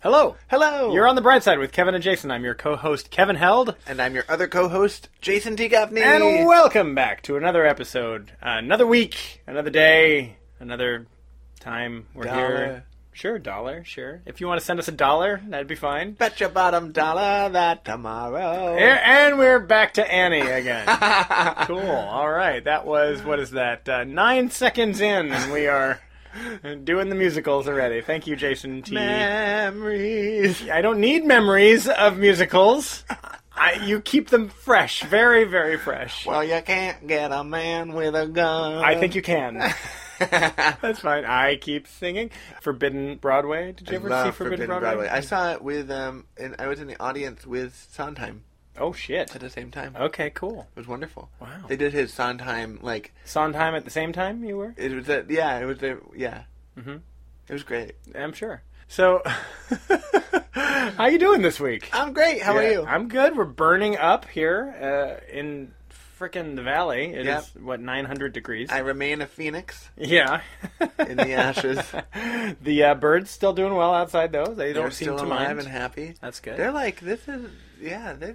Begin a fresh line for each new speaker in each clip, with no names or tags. Hello.
Hello.
You're on the bright side with Kevin and Jason. I'm your co-host Kevin Held,
and I'm your other co-host, Jason D. Gaffney.
and welcome back to another episode, another week, another day, another time. We're
Dollar.
here. Sure, dollar. Sure. If you want to send us a dollar, that'd be fine.
bet your bottom dollar that tomorrow.
Here- And we're back to Annie again. cool. All right. That was what is that? Uh, nine seconds in, and we are doing the musicals already. Thank you, Jason T.
Memories.
I don't need memories of musicals. I, you keep them fresh, very, very fresh.
Well, you can't get a man with a gun.
I think you can. That's fine. I keep singing. Forbidden Broadway. Did you ever see
Love
Forbidden, Broadway?
I saw it with um, and I was in the audience with Sondheim
Oh shit.
at the same time.
Okay, cool.
It was wonderful.
Oh. Wow.
They did his Sondheim like
Sondheim at the same time you were?
it was a, yeah it was a, yeah.
Mhm.
It was great.
I'm sure. So, how you doing this week?
I'm great. How
Yeah,
are you?
I'm good. We're burning up here uh, in frickin' the valley. It is
Yep.
what 900 degrees.
I remain a phoenix
Yeah.
in the ashes.
the uh, birds still doing well outside though. They
They're
don't seem
still
to
alive
mind.
and happy.
That's good.
They're like this is yeah they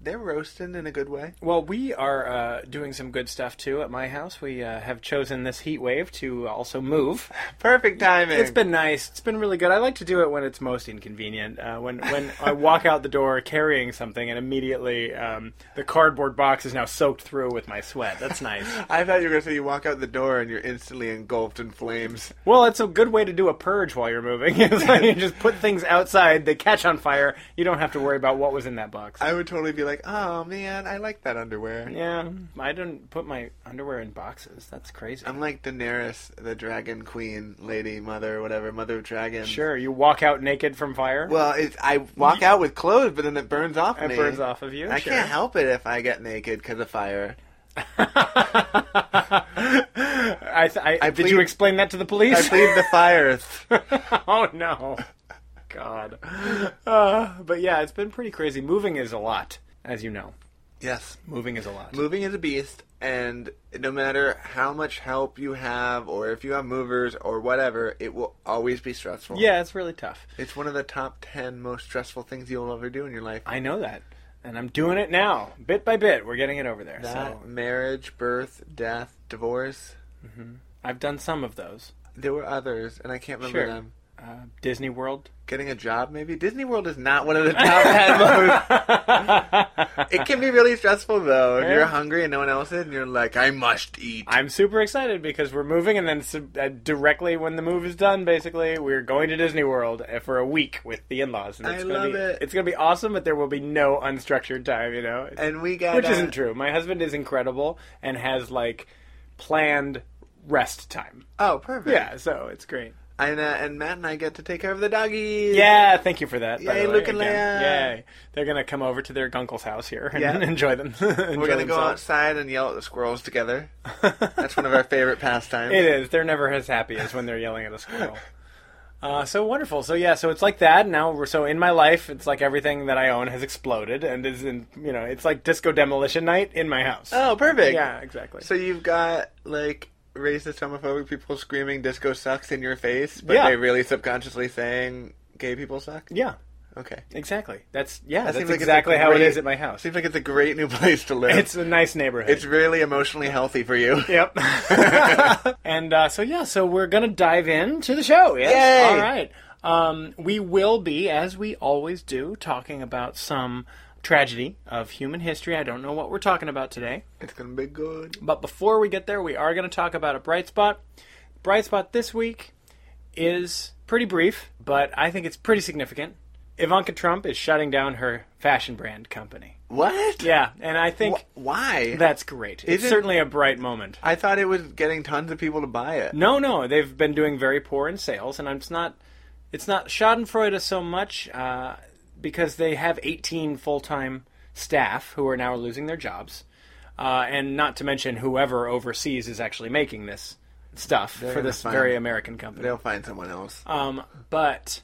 they're roasting in a good way.
Well, we are uh, doing some good stuff too at my house. We uh, have chosen this heat wave to also move.
Perfect timing.
It's been nice. It's been really good. I like to do it when it's most inconvenient. Uh, when when I walk out the door carrying something and immediately um, the cardboard box is now soaked through with my sweat. That's nice.
I thought you were gonna say you walk out the door and you're instantly engulfed in flames.
well, it's a good way to do a purge while you're moving. it's like you just put things outside. They catch on fire. You don't have to worry about what was in that box.
I would totally be like, oh man, I like that underwear.
yeah, I didn't put my underwear in boxes. That's crazy.
I'm like Daenerys, the Dragon Queen, Lady Mother, whatever, Mother of Dragons.
Sure, you walk out naked from fire.
Well, it's, I walk out with clothes, but then it burns off
It
me.
burns off of you.
I
sure.
can't help it if I get naked because of fire.
I, th- I,
I
did
plead-
you explain that to the police?
I plead the fires.
oh no, God. Uh, but yeah, it's been pretty crazy. Moving is a lot, as you know.
yes.
Moving is a lot.
Moving is a beast, and no matter how much help you have, or if you have movers, or whatever, it will always be stressful.
yeah, it's really tough.
It's one of the top 10 most stressful things you'll ever do in your life.
I know that, and I'm doing it now, bit by bit. We're getting it over there.
That,
So
marriage, birth, death, divorce.
I've done some of those.
There were others, and I can't remember
Sure.
them.
Uh, Disney World.
Getting a job, maybe? Disney World is not one of the top 10 most. It can be really stressful, though. If
Yeah.
you're hungry and no one else is, and you're like, I must eat.
I'm super excited because we're moving, and then sub- uh, directly when the move is done, basically, we're going to Disney World uh, for a week with the in-laws. And
I
it's gonna
love
be,
it.
It's gonna be awesome, but there will be no unstructured time, you know.
and we got
Which
uh,
isn't true. My husband is incredible and has like planned rest time.
Oh, perfect.
Yeah, so it's great.
And, uh, and Matt and I get to take care of the doggies.
Yeah, thank you for that. by
Yay,
the way,
Luke and
again.
Leia.
Yay. They're gonna come over to their gunkle's house here and
Yeah.
enjoy them.
We're gonna go outside and yell at the squirrels together. That's one of our favorite pastimes.
It is. They're never as happy as when they're yelling at a squirrel. Uh, so wonderful. So yeah. So it's like that. Now we're so in my life. It's like everything that I own has exploded and is in. You know, it's like disco demolition night in my house.
Oh, perfect.
yeah, exactly.
So you've got like racist, homophobic people screaming "disco sucks" in your face, but
Yeah.
they really subconsciously saying "gay people suck."
yeah,
Okay.
exactly. That's yeah.
That
that's
seems like it's
exactly
a
how it
great-
is at my house.
Seems like it's a great new place to live.
It's a nice neighborhood.
it's really emotionally healthy for you.
Yep. and uh, so yeah, so we're gonna dive into the show. Yes.
Yay!
All right. Um, we will be, as we always do, talking about some tragedy of human history. I don't know what we're talking about today,
It's gonna be good.
but before we get there, we are going to talk about a bright spot. Bright spot this week is pretty brief, but I think it's pretty significant. Ivanka Trump is shutting down her fashion brand company.
What?
Yeah, and I think
Wh- why?
that's great. It's
Isn't-
certainly a bright moment.
I thought it was getting tons of people to buy it.
No, no, they've been doing very poor in sales, and I'm- it's not, it's not Schadenfreude so much. Uh, because they have 18 full time staff who are now losing their jobs, uh, and not to mention whoever overseas is actually making this stuff for
gonna
this
find-
very American company.
They'll find someone else.
Um, but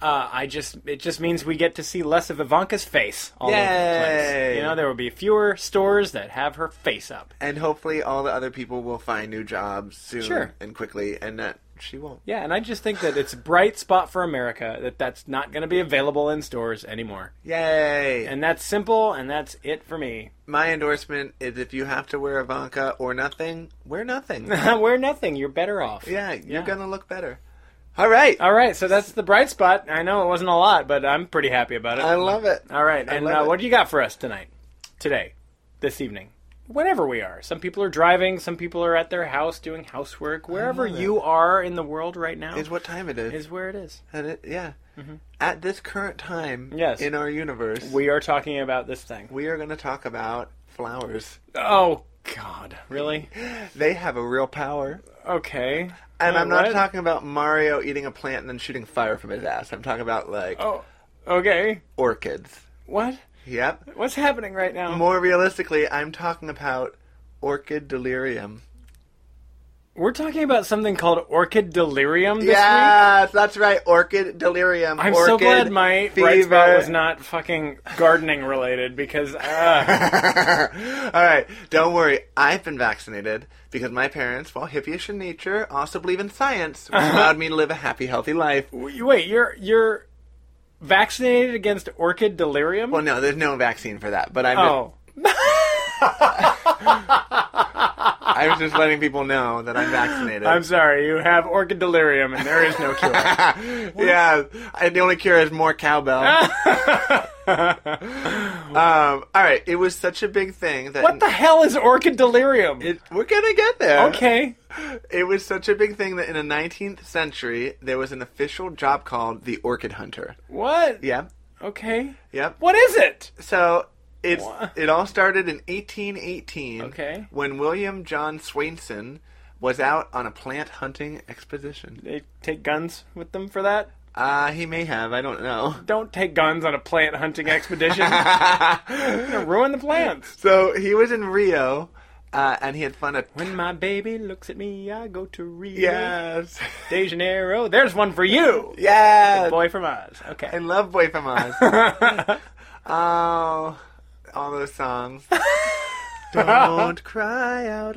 uh, I just it just means we get to see less of Ivanka's face all over the place.
Yay.
You know, there will be fewer stores that have her face up.
and hopefully, all the other people will find new jobs soon
Sure.
and quickly, and that she won't.
Yeah, and I just think that it's a bright spot for America that that's not going to be available in stores anymore.
Yay!
And that's simple, and that's it for me.
my endorsement is if you have to wear Ivanka or nothing, wear nothing.
Wear nothing; you're better off.
yeah, you're
Yeah.
gonna look better. All right,
All right, so that's the bright spot. I know it wasn't a lot, but I'm pretty happy about it.
I love it.
All right,
I
and
love
uh,
it.
what do you got for us tonight, today, this evening, whenever we are? Some people are driving, some people are at their house doing housework. Wherever
love
you are in the world right now
Is what time it is?
is where it is.
And it- yeah. At this current time
Yes.
in our universe, we,
We are talking about this thing.
we are going to talk about flowers.
Oh God, really?
They have a real power.
Okay.
And
Uh,
I'm not
what?
talking about Mario eating a plant and then shooting fire from his ass. I'm talking about, like,
Oh, okay.
orchids.
What?
Yep.
What's happening right now?
More realistically, I'm talking about orchid delirium.
We're talking about something called orchid delirium this week.
yes, that's right. Orchid delirium.
I'm so
orchid
glad my
fever.
bright spot was not fucking gardening related because uh,
All right, don't worry. I've been vaccinated because my parents, while hippie-ish in nature, also believe in science, which allowed me to live a happy, healthy life.
You- Wait, you're you're vaccinated against orchid delirium?
Well, no, there's no vaccine for that, but I'm
oh,
just, I was just letting people know that I'm vaccinated.
I'm sorry. You have orchid delirium, and there is no cure.
yeah, and the only cure is more cowbell. um, all right, it was such a big thing that
what the hell is orchid delirium?
It, uh, we're gonna get there.
okay.
It was such a big thing that in the 19th century there was an official job called the orchid hunter.
What?
Yep.
Okay.
Yep.
What is it?
So it's
Wha-
it all started in 1818.
Okay.
When William John Swainson was out on a plant hunting expedition.
They take guns with them for that.
Uh, he may have, I don't know.
Don't take guns on a plant hunting expedition. You're gonna ruin the plants.
So he was in Rio, uh, and he had fun at
When my baby looks at me, I go to Rio
yes,
de Janeiro. oh, There's one for you,
yes.
boy from Oz.
I
Okay.
love Boy from Oz. oh, all those songs. don't cry out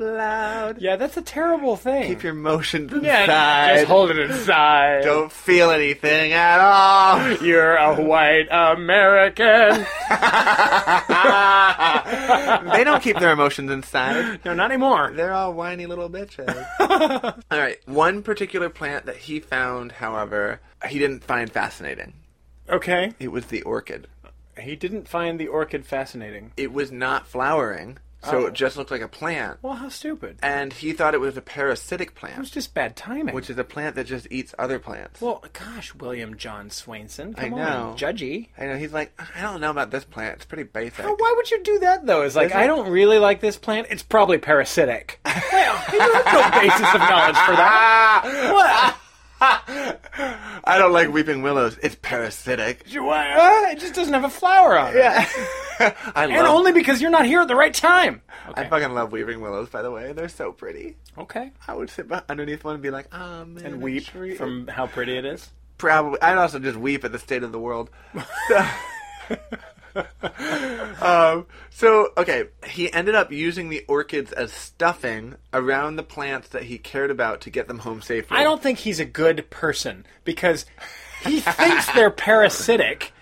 loud.
Yeah, that's a terrible thing.
Keep your emotions inside.
Yeah, just hold it inside.
don't feel anything at all.
You're a white American.
they don't keep their emotions inside.
no, not anymore.
They're all whiny little bitches. all right. One particular plant that he found, however, he didn't find fascinating.
Okay.
It was the orchid.
He didn't find the orchid fascinating.
It was not flowering, so
Oh.
it just looked like a plant.
Well, how stupid. It
And he thought it was a parasitic
was
plant,
just bad timing.
which is a plant that just eats other plants.
well, gosh, William John Swainson. Come
I know.
on, judgy.
I know he's like, I don't know about this plant. It's pretty basic.
But why would you do that though? It's like
Isn't-
I don't really like this plant. It's probably parasitic. well, you have no basis of knowledge for that.
Ah!
What?
I don't like weeping willows. It's parasitic.
You- what? Uh, it just doesn't have a flower on it.
Yeah. I
And
love
only because you're not here at the right time.
I fucking love weeping willows, by the way. They're so pretty.
Okay.
I would sit beh- underneath one and be like, ah, man.
And
a
weep
tree-
from how pretty it is.
Probably. I'd also just weep at the state of the world. So, um, so, okay. He ended up using the orchids as stuffing around the plants that he cared about to get them home safely.
I don't think he's a good person because he thinks they're parasitic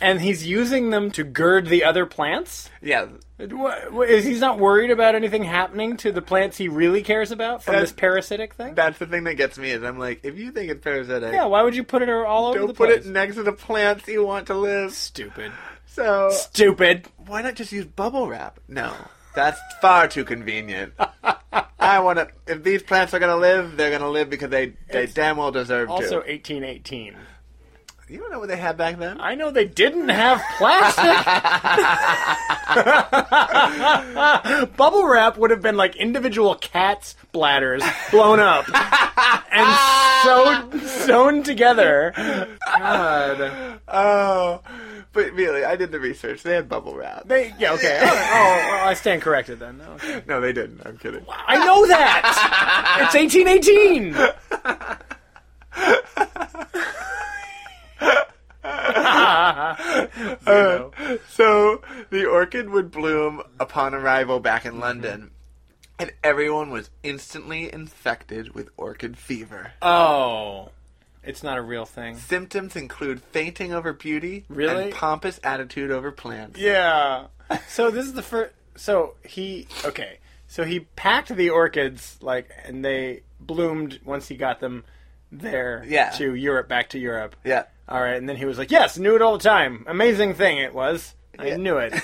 and he's using them to gird the other plants.
Yeah.
Wha- wha- Is he's not worried about anything happening to the plants he really cares about from
Uh,
this parasitic thing?
That's the thing that gets me is I'm like, if you think it's parasitic,
yeah, why would you put it all over the
don't put
place?
it next to the plants you want to live.
Stupid.
So
Stupid.
why not just use bubble wrap? No, that's far too convenient. I want to. If these plants are gonna live, they're gonna live because they they damn well deserve
Also
to.
1818.
You don't know what they had back then.
I know they didn't have plastic. Bubble wrap would have been like individual cats' bladders blown up and sewn, sewn together. God.
Oh, But really, I did the research. They had bubble wrap.
They, yeah, okay. All right. Oh, well, I stand corrected then. Okay.
no, they didn't. I'm kidding.
I know that. It's 1818. Zeno.
So the orchid would bloom upon arrival back
Mm-hmm.
in London, and everyone was instantly infected with orchid fever.
Oh, it's not a real thing.
Symptoms include fainting over beauty
Really?
and pompous attitude over plants.
Yeah. So this is the first. So he okay. So he packed the orchids like, and they bloomed once he got them there
Yeah.
to Europe, back to Europe.
Yeah.
All right, and then he was like, "Yes, knew it all the time. Amazing thing it was. I
Yeah.
knew it.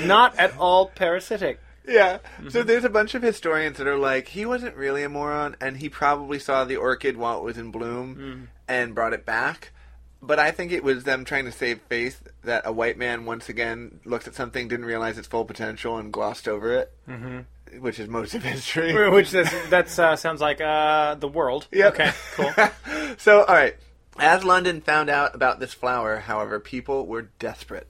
Not at all parasitic."
Yeah. So there's a bunch of historians that are like, he wasn't really a moron, and he probably saw the orchid while it was in bloom and brought it back. But I think it was them trying to save face that a white man once again looked at something, didn't realize its full potential, and glossed over it, mm-hmm. which is most of history.
Which that's, that's uh, sounds like uh, the world.
Yep.
Okay. Cool.
so, all right. As London found out about this flower, however, people were desperate.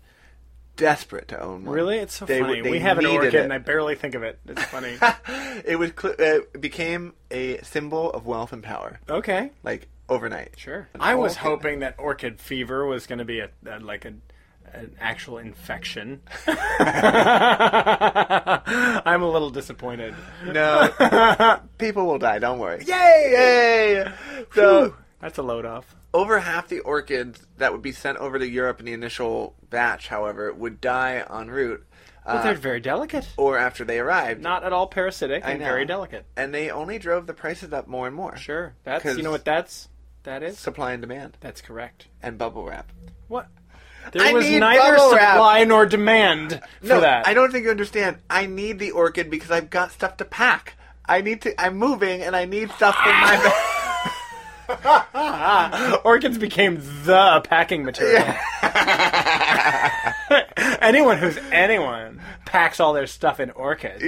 Desperate to own one.
Really, it's so
They-
funny.
they
we have an
needed
orchid,
it.
and I barely think of it. It's funny.
it was cl- uh, it became a symbol of wealth and power,
okay.
like overnight.
Sure.
An
I was
orchid.
hoping that orchid fever was going to be a, a like a an actual infection. I'm a little disappointed.
No, people will die. Don't worry.
Yay!
So
That's a load off.
over half the orchids that would be sent over to Europe in the initial batch, however, would die en route
But they're
uh,
very delicate.
or after they arrived.
Not at all parasitic
I
and
know.
very delicate.
and they only drove the prices up more and more.
Sure. That's
'Cause-
you know what that's that is?
Supply and demand
that's correct.
and bubble wrap.
What? There
I
was
need
neither
bubble wrap.
supply nor demand for
no,
that.
I don't think you understand. I need the orchid because I've got stuff to pack. I need to. I'm moving, and I need stuff in my bag.
Orchids became the packing material. anyone who's anyone packs all their stuff in orchids.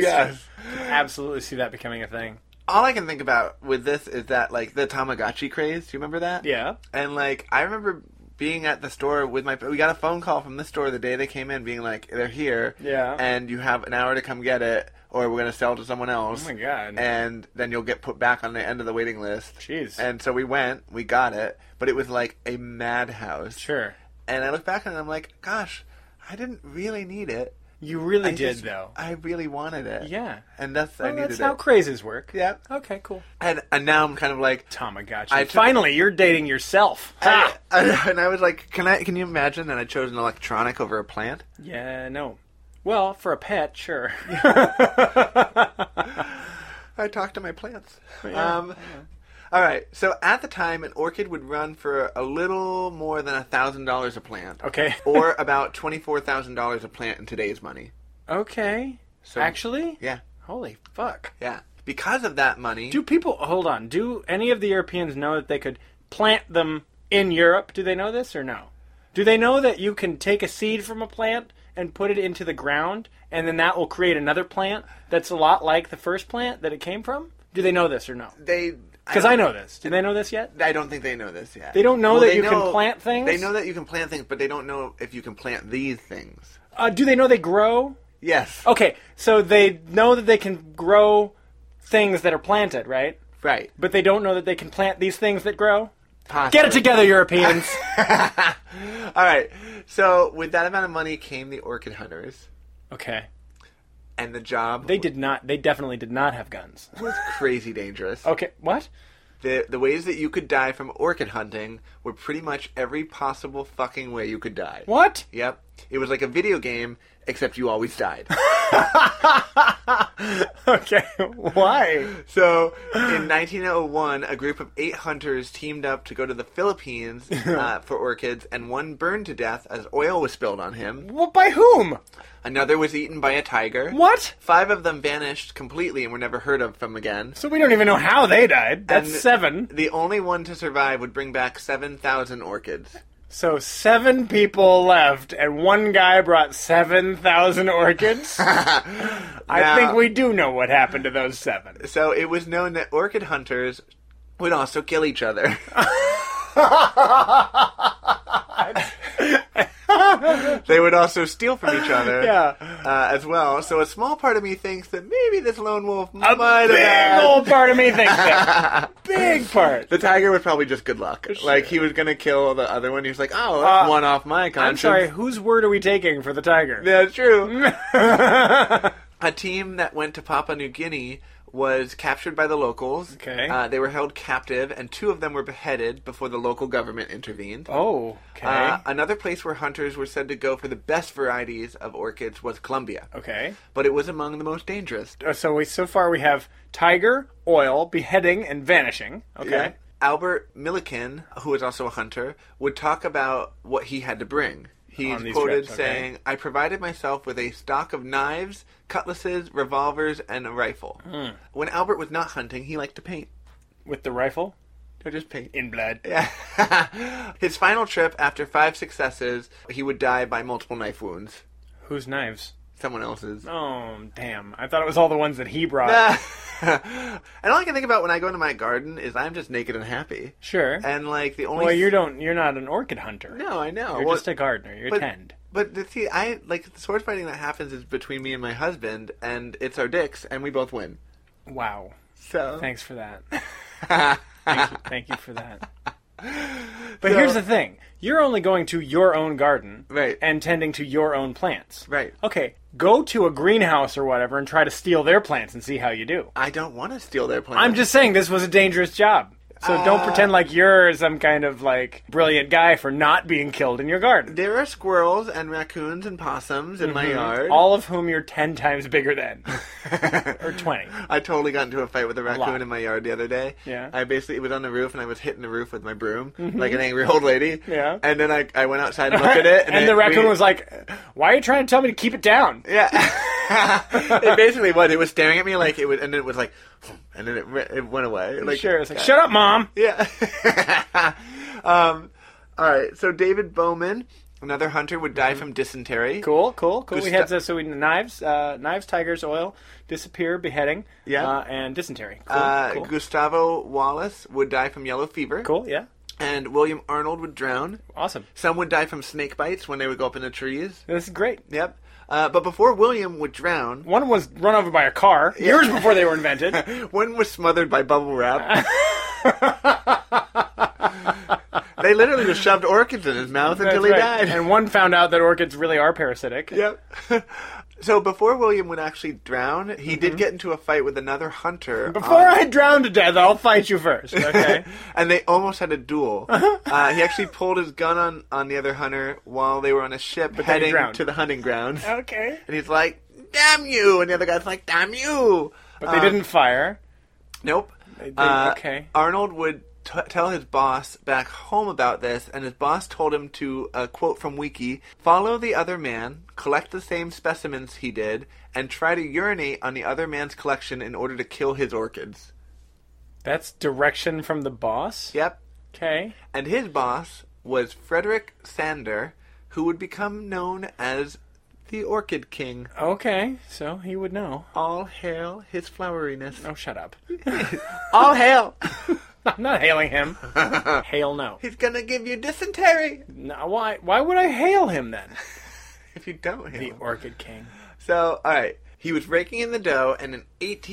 Absolutely see that becoming a thing.
All I can think about with this is that like the Tamagotchi craze. Do you remember that?
Yeah.
And like I remember being at the store with my we got a phone call from the store the day they came in being like they're here
Yeah.
and you have an hour to come get it or we're gonna sell to someone else
Oh my god.
and then you'll get put back on the end of the waiting list
Jeez.
and so we went we got it but it was like a madhouse
sure.
and I look back on it and I'm like gosh I didn't really need it
You really
I
did
just-
though.
I really wanted it
yeah.
and that's I
Well,
needed
that's
it
how crazes work.
yeah
Okay, cool.
and and now I'm kind of like
Tamagotchi.
I took-
Finally, you're dating yourself.
I-
Ha!
I- and I was like, "Can I? Can you imagine that I chose an electronic over a plant?"
Yeah, no. Well, for a pet, sure.
I talk to my plants.
Oh,
Um, All right. So at the time, an orchid would run for a little more than a thousand dollars a plant.
Okay.
or about twenty four thousand dollars a plant in today's money.
okay.
So
Actually?
yeah,
Holy fuck.
yeah. Because of that money,
Do people hold on? Do any of the Europeans know that they could plant them in Europe? Do they know this or no? Do they know that you can take a seed from a plant and put it into the ground and then that will create another plant that's a lot like the first plant that it came from? Do they know this or no?
they
Because I know this. Do they know this yet?
I don't think they know this yet.
They don't know
Well,
that
they
you can plant things?
They know that you can plant things, but they don't know if you can plant these things.
Uh, do they know they grow?
Yes.
Okay, so they know that they can grow things that are planted, right?
Right.
But they don't know that they can plant these things that grow?
Possibly.
Get it together, Europeans!
All right. So with that amount of money came the orchid hunters,
okay.
and the job
They did not, they definitely did not have guns.
was crazy dangerous.
Okay, what?
The the ways that you could die from orchid hunting were pretty much every possible fucking way you could die.
What?
Yep. It was like a video game, except you always died.
Okay, why?
so, in 1901, a group of eight hunters teamed up to go to the Philippines uh, for orchids, and one burned to death as oil was spilled on him.
Well, by whom?
Another was eaten by a tiger.
What?
Five of them vanished completely and were never heard of from again.
So we don't even know how they died. That's
And-
seven.
The only one to survive would bring back 7,000 orchids.
So seven people left, and one guy brought 7,000 orchids? I
Now-
think we do know what happened to those seven.
So it was known that orchid hunters would also kill each other.
Uh,
they would also steal from each other
Yeah.
uh, as well. So a small part of me thinks that maybe this lone wolf
A
might have
big
had-
old part of me thinks that. big part.
The tiger was probably just good luck. Like he was gonna kill the other one. He was like, "Oh, that's
Uh,
one off my
I'm
conscience."
sorry, Mm-hmm. whose word are we taking for the tiger?
That's true. a team that went to Papua New Guinea was captured by the locals.
Okay.
Uh, they were held captive, and two of them were beheaded before the local government intervened.
oh, okay.
Uh, another place where hunters were said to go for the best varieties of orchids was Colombia,
okay.
but it was among the most dangerous.
Uh, So we so far we have tiger, oil, beheading, and vanishing. Okay.
Yeah. Albert Milliken, who was also a hunter, would talk about what he had to bring. He's
On these
quoted
trips, okay.
saying, I provided myself with a stock of knives, cutlasses, revolvers, and a rifle.
Hmm.
When Albert was not hunting, he liked to paint.
With the rifle
Or just paint.
in blood.
Yeah. His final trip, after five successes, he would die by multiple knife wounds.
Whose knives?
Someone else's.
Oh, damn. I thought it was all the ones that he brought.
and all I can think about when I go into my garden is I'm just naked and happy.
Sure.
And like the only
well, you don't. You're not an orchid hunter.
No, I know.
You're
Well,
just a gardener. You're
but,
tend.
But the see, I like the sword fighting that happens is between me and my husband, and it's our dicks, and we both win.
Wow.
So
Thanks for that. thank, you, thank you for that. But
So-
here's the thing: you're only going to your own garden,
Right.
and tending to your own plants,
Right.
Okay, go to a greenhouse or whatever and try to steal their plants and see how you do.
I don't want to steal their plan.
I'm just saying this was a dangerous job. So
Uh,
don't pretend like you're some kind of like brilliant guy for not being killed in your garden.
There are squirrels and raccoons and possums in my yard.
Mm-hmm. All of whom you're ten times bigger than, or twenty.
I totally got into a fight with a raccoon
lot.
in my yard the other day.
Yeah. Mm-hmm.
I basically it was on the roof and I was hitting the roof with my broom like an angry old lady.
Yeah.
And then I, I went outside and looked at it,
And,
and, it-
the raccoon
we-
was like, "Why are you trying to tell me to keep it down?"
Yeah. it basically was. It was staring at me like it was, and then it was like, and then it, re- it went away. Like,
sure, it's like, "Shut up, mom."
Yeah. um, all right. So David Bowman, another hunter, would die from dysentery.
Mm-hmm. Cool, cool, cool.
Good
we had
stuff.
this, so we knives, uh, knives, tigers, oil, disappear, beheading,
Yeah.
uh, and dysentery. Cool,
Uh,
cool.
Gustavo Wallace would die from yellow fever.
cool, yeah,
And William Arnold would drown.
awesome.
Some would die from snake bites when they would go up in the trees.
This is great.
Yep. Uh, but before William would drown,
One was run over by a car years before they were invented.
one was smothered by bubble wrap. they literally just shoved orchids in his mouth
That's
until he
right.
died.
And one found out that orchids really are parasitic.
Yep. so before William would actually drown, he did get into a fight with another hunter.
Mm-hmm.
um,
Before
on-
I drown to death, I'll fight you first. Okay.
and they almost had a duel.
Uh-huh.
uh, he actually pulled his gun on, on the other hunter while they were on a ship
then he
heading
drowned. Uh-huh.
to the hunting grounds.
okay.
And he's like, damn you! And the other guy's like, damn you!
But they didn't fire.
Nope.
They- they-
Uh,
okay.
Arnold would t- tell his boss back home about this, and his boss told him to uh, quote from Wiki: "Follow the other man, collect the same specimens he did, and try to urinate on the other man's collection in order to kill his orchids."
That's direction from the boss.
Yep.
Okay.
And his boss was Frederick Sander, who would become known as the Orchid King.
Okay. So he would know.
All hail his floweriness.
Oh, shut up.
All hail!
I'm not hailing him. Hail no.
He's gonna give you dysentery
no. Why? Why would I hail him then?
if you don't hail.
The
him.
Orchid King.
So, all right, he was raking in the dough, and in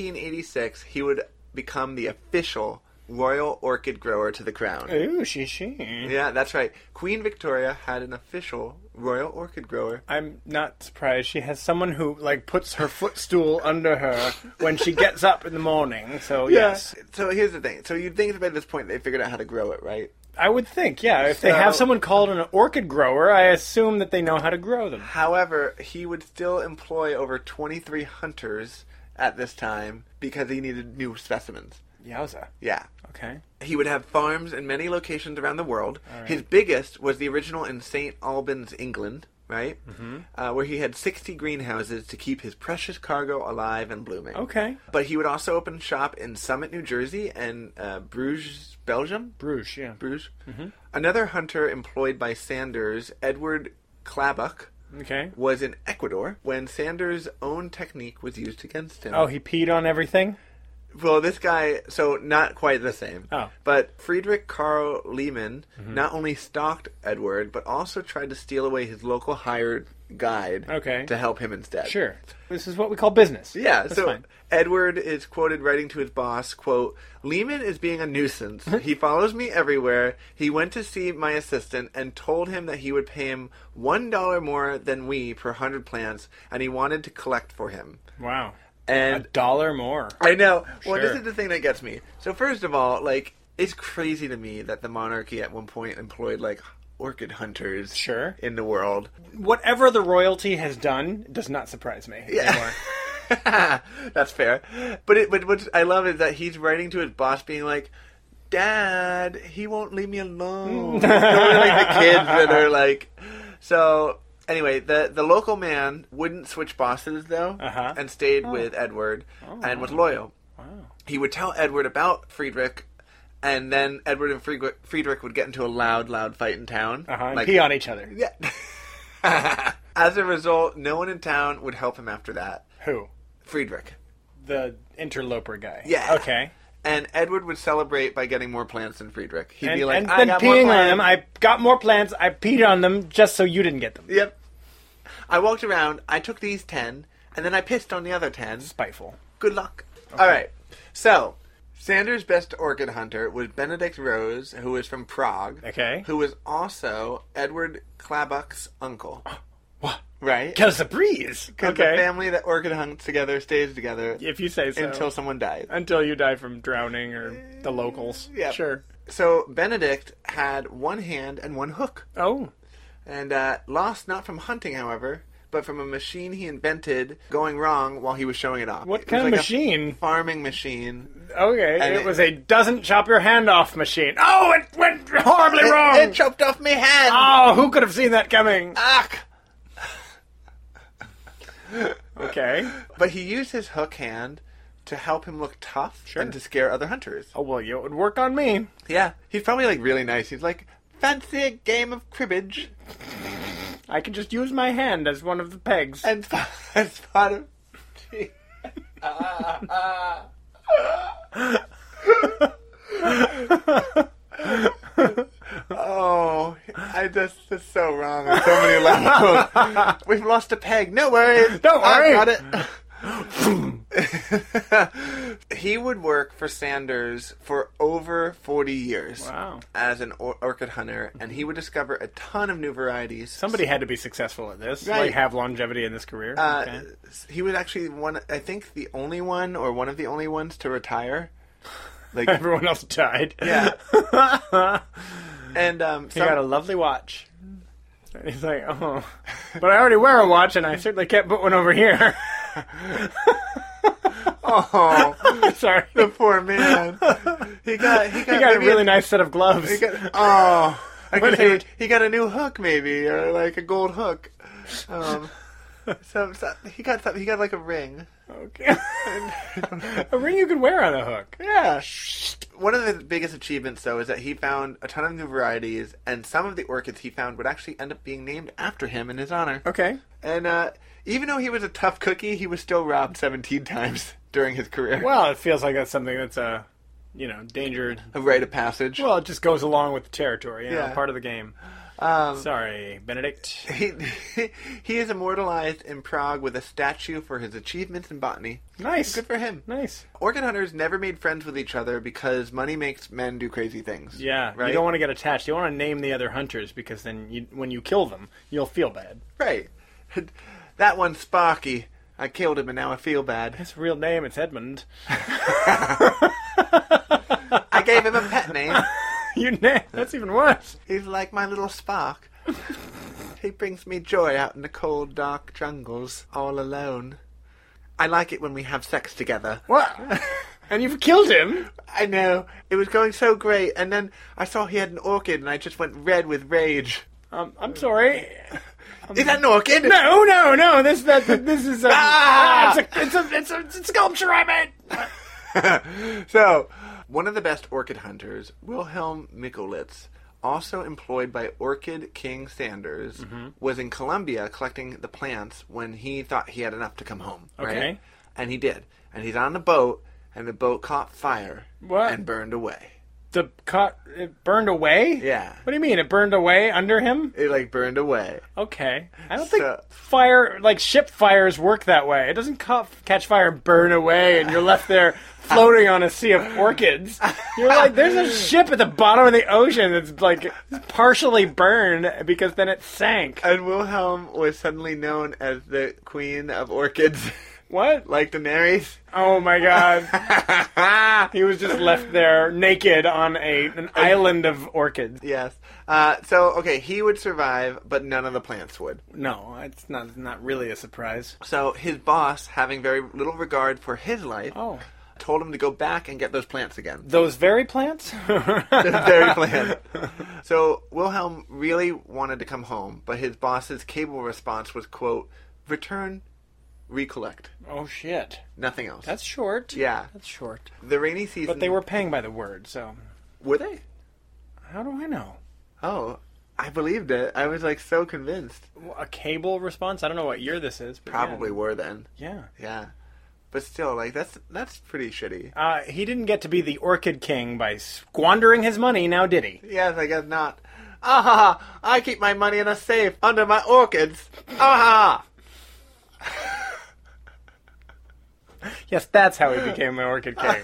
1886, he would become the official royal orchid grower to the crown.
Ooh, she she.
Yeah, that's right. Queen Victoria had an official royal orchid grower.
I'm not surprised. She has someone who like puts her footstool under her when she gets up in the morning. So yes,
So here's the thing. So you'd think by this point they figured out how to grow it, right?
I would think. Yeah, if they
So-
have someone called an orchid grower, I assume that they know how to grow them.
However, he would still employ over 23 hunters at this time because he needed new specimens.
Yowza.
Yeah.
Okay.
He would have farms in many locations around the world. His biggest was the original in St. Albans, England, right? Mm-hmm. Uh, where he had 60 greenhouses to keep his precious cargo alive and blooming.
Okay.
But he would also open shop in Summit, New Jersey and uh, Bruges, Belgium?
Bruges. Yeah.
Bruges. Another hunter employed by Sanders, Edward Clabuck,
Okay.
was in Ecuador when Sanders' own technique was used against him.
Oh, he peed on everything.
Well, this guy, so not quite the same.
Oh. Mm-hmm.
But Friedrich Karl Lehmann not only stalked Edward, but also tried to steal away his local hired guide
Okay.
to help him instead.
Sure. This is what we call business.
Yeah,
That's
so
fine.
Edward is quoted writing to his boss, quote, Lehman is being a nuisance. he follows me everywhere. He went to see my assistant and told him that he would pay him one dollar more than we per hundred plants, and he wanted to collect for him.
Wow. A
And
dollar more.
I know. Well, this
Sure.
is the thing that gets me. So first of all, like it's crazy to me that the monarchy at one point employed like orchid hunters
Sure.
in the world.
Whatever the royalty has done does not surprise me anymore.
That's fair. But it, but what I love is that he's writing to his boss, being like, "Dad, he won't leave me alone." It's totally like the kids that are like, so. Anyway, the the local man wouldn't switch bosses though,
Uh-huh. Oh.
and stayed with Edward and was loyal. He would tell Edward about Friedrich. And then Edward and Friedrich, Friedrich would get into a loud, loud fight in town.
Uh-huh. and
Like-
pee on each other.
yeah. As a result, no one in town would help him after that.
Who?
Friedrich.
The interloper guy.
Yeah.
Okay.
And Edward would celebrate by getting more plants than Friedrich. He'd
And,
be like,
and
I
then
got more
peeing on
plants.
them. I got more plants. I peed on them just so you didn't get them.
Yep. I walked around, I took these 10, and then I pissed on the other 10.
Spiteful.
Good luck. All right. So, Sanders' best orchid hunter was Benedict Rose, who was from Prague.
Okay.
Who was also Edward Klabuck's uncle.
What?
Right?
Cause the breeze.
'Cause the
Okay.
family that orchid hunts together stays together
If you say so.
until someone dies.
until you die from drowning or the locals.
yeah.
Sure.
So, Benedict had one hand and one hook.
Oh.
and uh, lost not from hunting, however, but from a machine he invented going wrong while he was showing it off.
What
It was
kind of
like a
machine?
farming machine.
Okay.
And
It,
it-
was a doesn't chop your hand off machine. Oh, it went horribly wrong.
It, it chopped off my hand.
oh, who could have seen that coming?
Ugh.
Okay.
But he used his hook hand to help him look tough and to scare other hunters.
Oh well, you would work on me.
Yeah, he's probably like really nice. He's like fancy a game of cribbage
I could just use my hand as one of the pegs.
and spot, and spot him. Oh, I just it's so wrong on so many levels. We've lost a peg. No worries.
Don't worry.
I got it. he would work for Sanders for over 40 years
Wow.
as an or- orchid hunter, and he would discover a ton of new varieties.
Somebody had to be successful at this,
Right.
like have longevity in this career.
Uh,
okay.
He was actually one, I think, the only one or one of the only ones to retire. Like,
Everyone else died.
yeah. and um,
He got a lovely watch. And he's like, oh, but I already wear a watch, and I certainly can't put one over here.
oh,
Sorry.
the poor man. He got he got,
He got a
maybe
really nice set of gloves.
He got, oh, I
But
could say
he-
he got a new hook, maybe, or like a gold hook. Um, so, so he got some, he got like a ring.
Okay. a ring you could wear on a hook.
Yeah. One of the biggest achievements, though, is that he found a ton of new varieties, and some of the orchids he found would actually end up being named after him in his honor.
Okay.
And uh, even though he was a tough cookie, he was still robbed 17 times during his career.
Well, it feels like that's something that's uh, you know, danger.
A rite of passage.
Well, it just goes along with the territory. You know,
Yeah.
part of the game.
um,
Sorry, Benedict.
he, he is immortalized in Prague with a statue for his achievements in botany.
Nice.
Good for him.
Nice.
Orchid hunters never made friends with each other because money makes men do crazy things.
Yeah.
right.
You don't want to get attached. You want to name the other hunters because then, you, when you kill them, you'll feel bad.
right. that one, Sparky. I killed him, and now I feel bad.
His real name it's Edmund.
I gave him a pet name.
you na- That's even worse.
He's like my little spark. he brings me joy out in the cold, dark jungles, all alone. I like it when we have sex together.
What? and you've killed him.
I know. It was going so great, and then I saw he had an orchid, and I just went red with rage.
Um, I'm sorry.
Is that an orchid?
Um, No, no, no. This that this is a,
Ah!
ah, it's, a, it's a it's a sculpture I made.
so, one of the best orchid hunters, Wilhelm Micholitz, also employed by Orchid King Sanders,
Mm-hmm.
was in Colombia collecting the plants when he thought he had enough to come home. right?
Okay.
And he did. And he's on the boat, and the boat caught fire
What?
and burned away.
The cut it burned away.
Yeah.
What do you mean? It burned away under him?
It like burned away.
Okay. I don't think
So-
fire, like ship fires, work that way. It doesn't ca- catch fire and burn away, and you're left there floating on a sea of orchids. You're like, there's a ship at the bottom of the ocean that's like partially burned because then it sank.
And Wilhelm was suddenly known as the Queen of Orchids,
What?
like Daenerys.
Oh my god. He was just left there naked on a an island of orchids.
yes. Uh, so okay, he would survive, but none of the plants would.
No, it's not not really a surprise.
So his boss, having very little regard for his life,
Oh.
told him to go back and get those plants again.
Those very plants?
Dairy plant. So Wilhelm really wanted to come home, but his boss's cable response was quote, "Return, recollect,
oh shit.
nothing else."
That's short.
yeah.
That's short.
The rainy season.
But they were paying by the word, so
were they?
how do I know?
Oh, I believed it. I was like so convinced.
A cable response? I don't know what year this is. But yeah.
Probably were then.
Yeah.
Yeah. But still, like that's that's pretty shitty.
Uh, he didn't get to be the Orchid King by squandering his money, now did he?
Yes, I guess not. Ah ha! ha. I keep my money in a safe under my orchids. Ah ha!
Yes, that's how he became the Orchid King.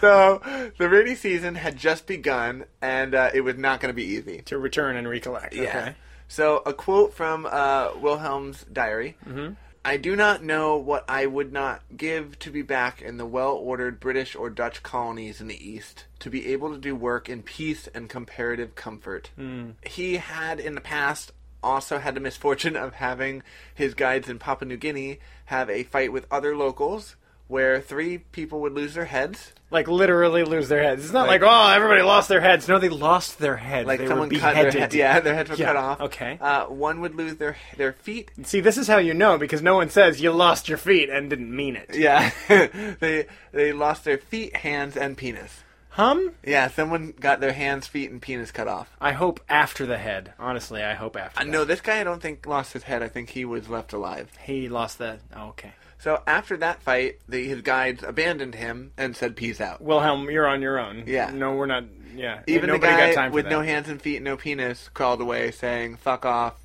So the rainy season had just begun, and uh, it was not going to be easy.
to return and recollect. Okay.
So a quote from uh, Wilhelm's diary. Mm-hmm. I do not know what I would not give to be back in the well-ordered British or Dutch colonies in the East, to be able to do work in peace and comparative comfort.
Hmm.
He had in the past also had the misfortune of having his guides in Papua New Guinea have a fight with other locals, where three people would lose their heads.
Like literally lose their heads. It's not like, oh, everybody lost their heads. No, they lost their heads.
Like
they
someone
were
cut their
beheaded.
head, yeah, their heads were
Yeah,
cut off.
okay.
uh, one would lose their their feet,
See, this is how you know because no one says you lost your feet and didn't mean it.
Yeah, they they lost their feet, hands, and penis.
Hum?
Yeah, someone got their hands, feet, and penis cut off.
I hope after the head. Honestly, I hope after.
Uh,
that.
No, this guy I don't think lost his head. I think he was left alive.
He lost the. Oh, okay.
So after that fight, the, his guides abandoned him and said, "Peace out."
Wilhelm, you're on your own.
Yeah.
No, we're not. Yeah.
Even the
Nobody
guy
got time for
with no
that.
hands and feet, no penis, crawled away, saying "fuck off,"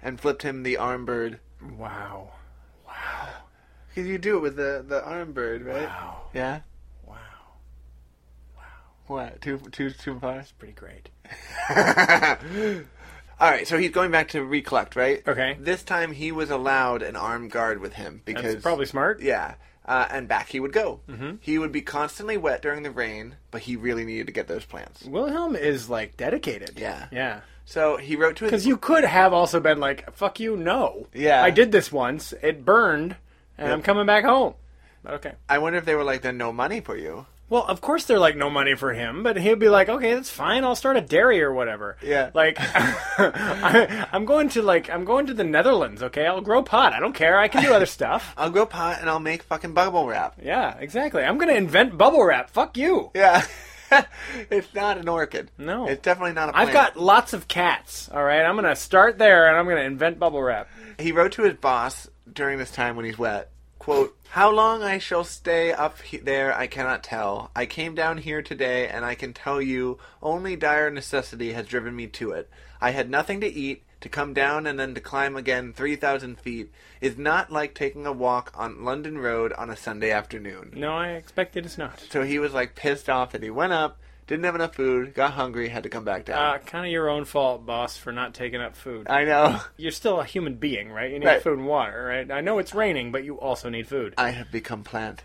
and flipped him the arm bird.
Wow.
Because you do it with the the arm bird, right?
Wow.
Yeah.
Wow.
What? Too too too far.
Pretty great.
All right, so he's going back to recollect, right?
Okay.
This time he was allowed an armed guard with him
That's
because
probably Mm-hmm. smart.
yeah, uh, and back he would go. He would be constantly wet during the rain, but he really needed to get those plants.
Wilhelm is like dedicated.
Yeah.
Yeah.
So he wrote to his
Because you could have also been like, "Fuck you, no."
Yeah.
I did this once. It burned, and I'm coming back home. But okay.
I wonder if they were like, "Then no money for you."
Well, of course they're like no money for him, but he'll be like, okay, that's fine. I'll start a dairy or whatever.
Yeah.
Like, I, I'm going to like I'm going to the Netherlands. Okay, I'll grow pot. I don't care. I can do other stuff.
I'll grow pot and I'll make fucking bubble wrap.
Yeah, exactly. I'm gonna invent bubble wrap. Fuck you.
Yeah. it's not an orchid.
No.
It's definitely not a plant.
I've got lots of cats. All right, I'm gonna start there, and I'm gonna invent bubble wrap.
He wrote to his boss during this time when he's wet. Quote, How long I shall stay up he- there, I cannot tell. I came down here today, and I can tell you only dire necessity has driven me to it. I had nothing to eat. To come down and then to climb again 3,000 feet is not like taking a walk on London Road on a Sunday afternoon.
No, I expect it is not.
So he was like pissed off that he went up, didn't have enough food, got hungry, had to come back down.
Uh, kind of your own fault, boss, for not taking up food.
I know.
You're still a human being, right? You need
Right.
food and water, right? I know it's raining, but you also need food.
I have become plant.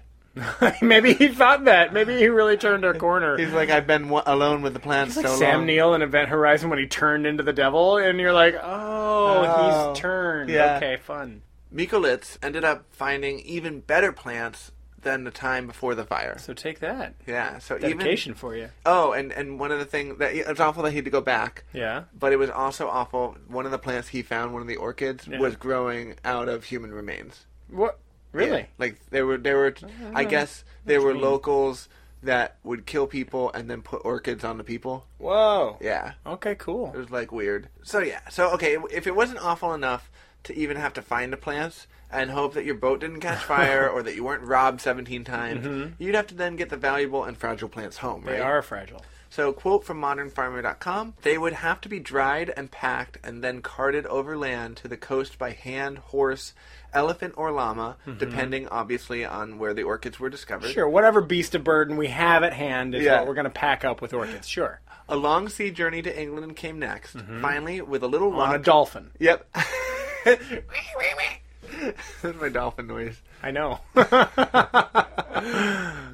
Maybe he thought that. Maybe he really turned a corner.
He's like, I've been wa- alone with the plant
It's like
so
Sam
long.
Neill in Event Horizon when he turned into the devil, and you're like, oh,
Oh.
he's turned.
Yeah.
Okay, fun.
Mikolitz ended up finding even better plants than the time before the fire.
So take that.
Yeah, so even
Dedication for you.
oh, and and one of the things that it's awful that he had to go back,
Yeah.
but it was also awful. One of the plants he found, one of the orchids,
Yeah.
was growing out of human remains.
What? Really? Oh,
Yeah, like there were there were I guess there were locals that would kill people and then put orchids on the people.
Whoa.
Yeah,
Okay, cool.
it was like weird. So yeah, so okay, if it wasn't awful enough, to even have to find the plants and hope that your boat didn't catch fire or that you weren't robbed 17 times. You'd have to then get the valuable and fragile plants home, right?
Mm-hmm. They are fragile.
So, quote from modernfarmer.com, they would have to be dried and packed and then carted over land to the coast by hand, horse, elephant, or llama, depending obviously on where the orchids were discovered.
Mm-hmm. Sure, whatever beast of burden we have at hand is
Yeah.
what we're going to pack up with orchids. Sure,
A long sea journey to England came next. Finally, with a little
Mm-hmm. on
luck.
a dolphin.
Yep. That's my dolphin noise.
I know.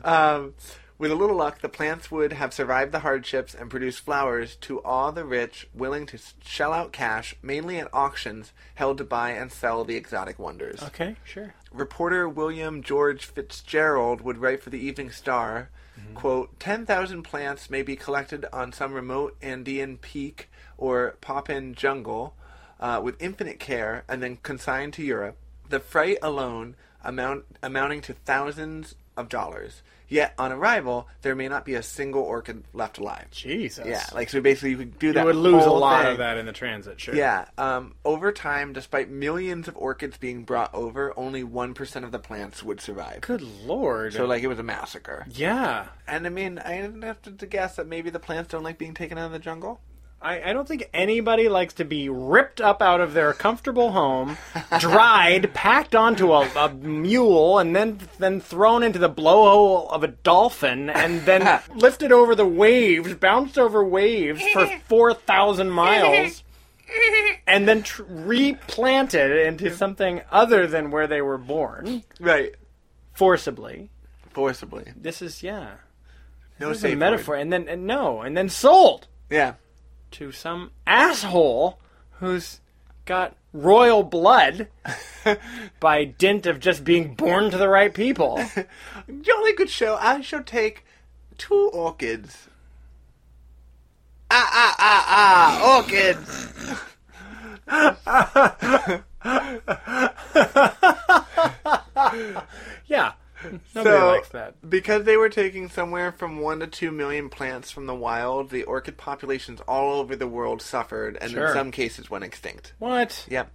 Um, with a little luck, the plants would have survived the hardships and produced flowers to all the rich willing to s- shell out cash, mainly at auctions held to buy and sell the exotic wonders.
okay, sure.
Reporter William George Fitzgerald would write for the Evening Star,
Mm-hmm.
quote, 10,000 plants may be collected on some remote Andean peak or Papin jungle uh, with infinite care and then consigned to Europe. The freight alone amount amounting to thousands of dollars. Yet on arrival, there may not be a single orchid left alive.
Jesus.
Yeah, like so basically you could do that.
you would lose a
whole
lot
thing.
of that in the transit. Sure.
Yeah. Um, over time, despite millions of orchids being brought over, only 1% of the plants would survive.
Good lord.
So, like, it was a massacre.
yeah.
And I mean, I didn't have to, to guess that maybe the plants don't like being taken out of the jungle.
I, I don't think anybody likes to be ripped up out of their comfortable home, dried, packed onto a, a mule, and then then thrown into the blowhole of a dolphin, and then lifted over the waves, bounced over waves for four thousand miles, and then tr- replanted into something other than where they were born
Right.
forcibly.
Forcibly.
This is yeah,
No
this is
safe
a
word.
metaphor, and then and no, and then sold.
Yeah.
to some asshole who's got royal blood by dint of just being born to the right people.
Jolly good show. I shall take two orchids. Ah, ah, ah, ah. Orchids.
Yeah. Nobody
So-
likes that.
Because they were taking somewhere from one to two million plants from the wild, the orchid populations all over the world suffered, and
Sure.
in some cases went extinct.
What?
Yep,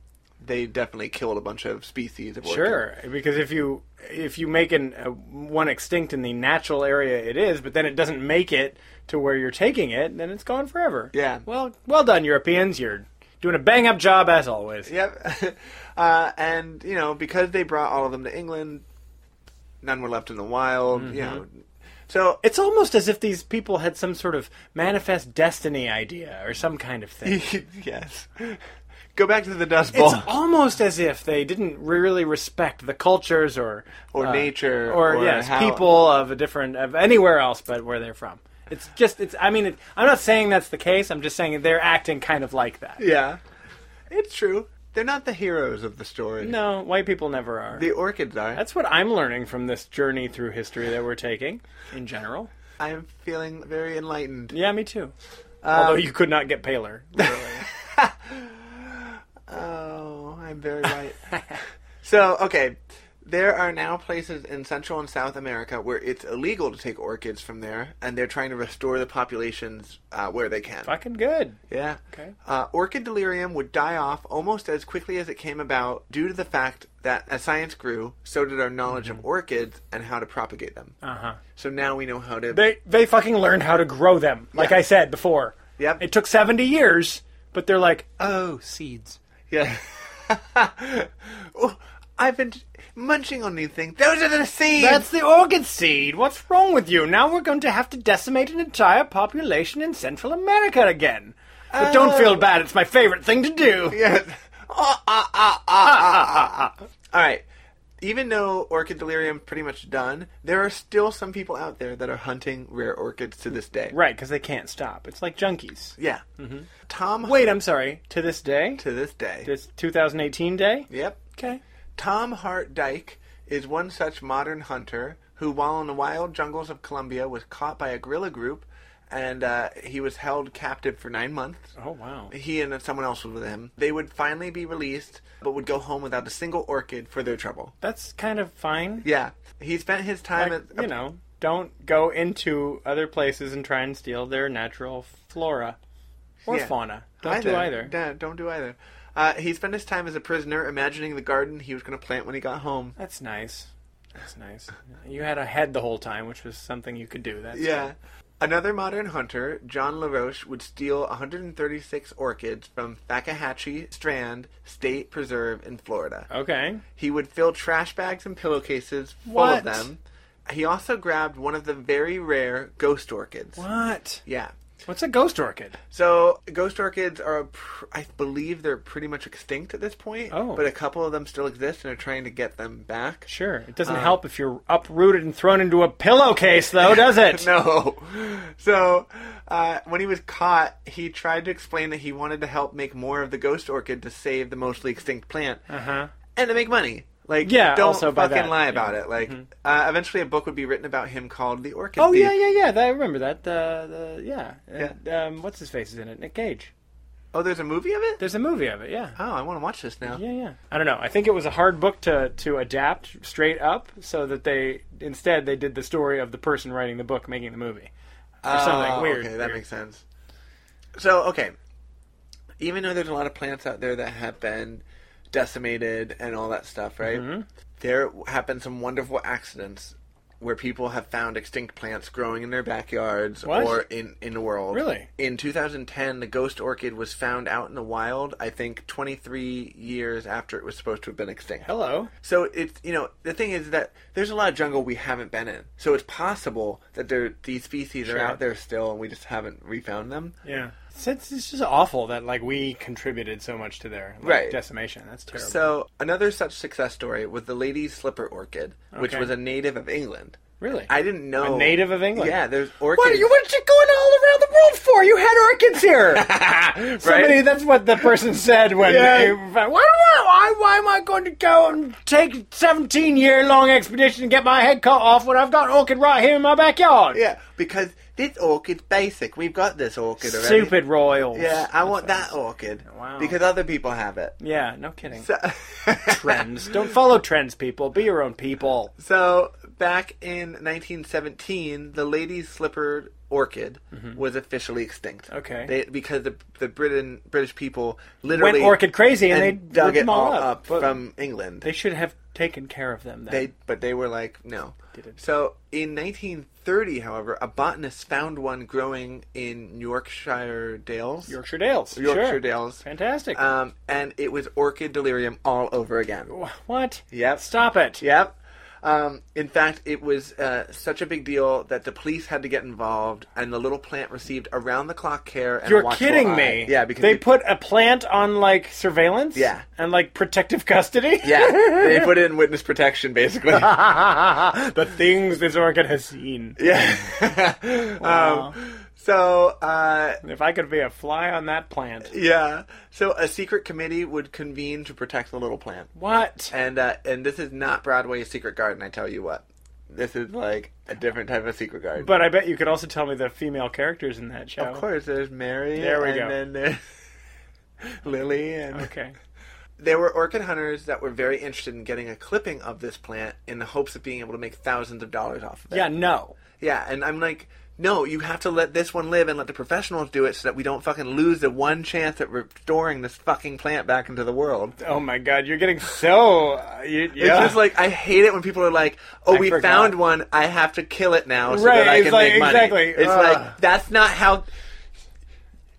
they definitely killed a bunch of species of orchid.
Sure, because if you if you make an uh, one extinct in the natural area it is, but then it doesn't make it to where you're taking it, then it's gone forever.
Yeah.
Well, well done Europeans, you're doing a bang up job as always.
Yep. uh, and you know, because they brought all of them to England, none were left in the wild. You
Mm-hmm.
know, so
It's almost as if these people had some sort of manifest destiny idea or some kind of thing.
yes, go back to the Dust Bowl.
It's almost as if they didn't really respect the cultures or uh,
Or nature,
or,
or
yes,
how-
people of a different of anywhere else but where they're from. It's just it's. I mean, it, I'm not saying that's the case. I'm just saying they're acting kind of like that.
yeah, it's true. They're not the heroes of the story.
No, white people never are.
The orchids are.
that's what I'm learning from this journey through history that we're taking in general.
I'm feeling very enlightened.
Yeah, me too.
Uh,
Although you could not get paler. literally.
Oh, I'm very right. so, okay. There are now places in Central and South America where it's illegal to take orchids from there, and they're trying to restore the populations uh, where they can.
Fucking good.
Yeah.
Okay.
Uh, orchid delirium would die off almost as quickly as it came about due to the fact that as science grew, so did our knowledge
Mm-hmm.
of orchids and how to propagate them.
Uh huh.
So now we know how to.
They they fucking learned how to grow them, like
Yeah.
I said before.
Yep.
It took seventy years, but they're like, oh, seeds.
yeah. oh, I've been munching on these things. Those are the seeds!
That's the orchid seed. What's wrong with you? Now we're going to have to decimate an entire population in Central America again. But don't feel bad. It's my favorite thing to do.
Yes. Ah, ah, ah, ah, ah, ah, ah. All right. Even though orchid delirium pretty much done, there are still some people out there that are hunting rare orchids to this day.
Right, because they can't stop. It's like junkies.
Yeah. Tom
Wait, I'm sorry. To this day,
to this day.
this 2018 day.
Yep.
Okay.
Tom Hart Dyke is one such modern hunter who, while in the wild jungles of Colombia, was caught by a guerrilla group, and uh, he was held captive for nine months.
Oh wow.
He and someone else was with him. They would finally be released, but would go home without a single orchid for their trouble.
That's kind of fine.
Yeah, he spent his time
Like,
at
you know, don't go into other places and try and steal their natural flora or
Yeah.
fauna. Don't do either.
Yeah, don't do either. Uh, he spent his time as a prisoner imagining the garden he was going to plant when he got home.
That's nice. That's nice. You had a head the whole time, which was something you could do. That's
Yeah. Another modern hunter, John LaRoche, would steal 136 orchids from Thackahachie Strand State Preserve in Florida.
Okay.
He would fill trash bags and pillowcases full
What?
of them. He also grabbed one of the very rare ghost orchids.
What?
Yeah.
What's a ghost orchid?
So ghost orchids are, pr- I believe, they're pretty much extinct at this point.
Oh.
But a couple of them still exist and are trying to get them back.
Sure. Uh, It doesn't help if you're uprooted and thrown into a pillowcase, though, does it?
No. So, uh, when he was caught, he tried to explain that he wanted to help make more of the ghost orchid to save the mostly extinct plant
Uh huh.
and to make money. Like,
Yeah,
don't
also by
fucking
that,
lie
yeah.
about it. Like, uh, eventually a book would be written about him called The Orchid
Oh
Thief.
yeah, yeah, yeah. That, I remember that. The, the yeah. And, um, what's his face is in it? Nick Cage.
Oh, there's a movie of it?
There's a movie of it. Yeah.
Oh, I want to watch this now.
Yeah, yeah. I don't know. I think it was a hard book to to adapt straight up, so that they instead they did the story of the person writing the book making the movie.
Oh,
something. Weird,
Okay, that
weird.
makes sense. So, okay. Even though there's a lot of plants out there that have been decimated and all that stuff, right?
Mm-hmm.
There have been some wonderful accidents where people have found extinct plants growing in their backyards
What?
or in, in the world.
Really?
In 2010, the ghost orchid was found out in the wild, I think 23 years after it was supposed to have been extinct.
Hello.
So it's you know the thing is that there's a lot of jungle we haven't been in. So it's possible that there these species
Sure.
are out there still, and we just haven't refound them.
Yeah. It's, it's it's just awful that like we contributed so much to their like,
Right.
decimation. That's terrible.
So another such success story was the lady's slipper orchid, which
Okay.
was a native of England.
really,
I didn't know
A native of England?
Yeah, there's orchids.
What are you? What you going all around the world for? You had orchids here.
right?
Somebody. That's what the person said when.
Yeah.
they- why, why, why am I going to go and take a seventeen-year-long expedition and get my head cut off when I've got orchid right here in my backyard?
Yeah, because this orchid's basic. We've got this orchid already.
Stupid royals.
Yeah, I want that orchid
Wow.
because other people have it.
Yeah. No kidding.
So-
trends. Don't follow trends, people. Be your own people.
So back in 1917, the lady's slippered orchid was officially extinct.
Mm-hmm. Okay.
they, because the the Britain British people literally
Went orchid crazy and, they
dug
ripped
it
them all
all up,
But
from England.
They should have taken care of them. Then.
They but they were like no.
Didn't.
So in 1930, however, a botanist found one growing in Yorkshire Dales.
Yorkshire Dales.
Yorkshire
sure.
Dales.
Fantastic.
Um, and it was orchid delirium all over again.
Wh- what?
Yep.
Stop it.
Yep. Um, in fact, it was uh, such a big deal that the police had to get involved, and the little plant received around the clock care. And a
You're
watchful
kidding
eye.
me.
Yeah, because
they
it-
put a plant on like surveillance.
Yeah.
And like protective custody.
Yeah, they put it in witness protection, basically.
the things this orchid has seen.
yeah. um, so uh,
If I could be a fly on that plant.
yeah, so a secret committee would convene to protect the little plant,
What?
and uh, and this is not Broadway's secret garden. I tell you what, this is like a different type of secret garden.
But I bet you could also tell me the female characters in that show.
of course, there's Mary.
There we
and
go.
Then there's Lily and
Okay.
There were orchid hunters that were very interested in getting a clipping of this plant in the hopes of being able to make thousands of dollars off of it.
Yeah. No.
Yeah, and I'm like, no, you have to let this one live and let the professionals do it so that we don't fucking lose the one chance at restoring this fucking plant back into the world.
Oh my God! You're getting so. Uh, you, yeah.
It's just like I hate it when people are like, "Oh,
I
we
forgot.
found one. I have to kill it now so
Right,
that I
it's
can
like-
make money."
exactly.
It's
Ugh.
like that's not how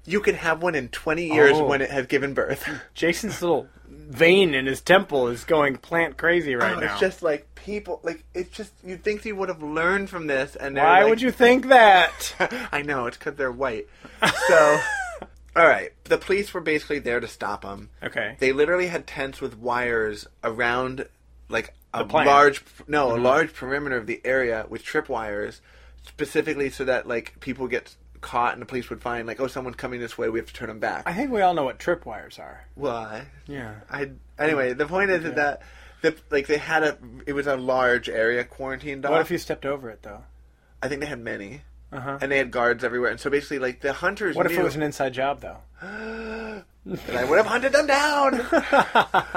you can have one in 20 years
Oh.
when it has given birth.
Jason's little vein in his temple is going plant crazy right
Oh,
now.
It's just like people, like it's just you'd think he would have learned from this, and they're
Why
like-
would you think that?
I know it's because they're white. So, all right, the police were basically there to stop him.
Okay.
They literally had tents with wires around, like a
plant.
large, no,
Mm-hmm.
a large perimeter of the area with tripwires, specifically so that like people get caught and the police would find like, oh, someone's coming this way, we have to turn them back.
I think we all know what tripwires are.
Why?
Yeah.
I anyway. The point is that the, like they had a it was a large area quarantined off.
What if you stepped over it though?
I think they had many,
Uh huh.
and they had guards everywhere. And so basically, like the hunters.
What if
knew-
it was an inside job though?
and I would have hunted them down.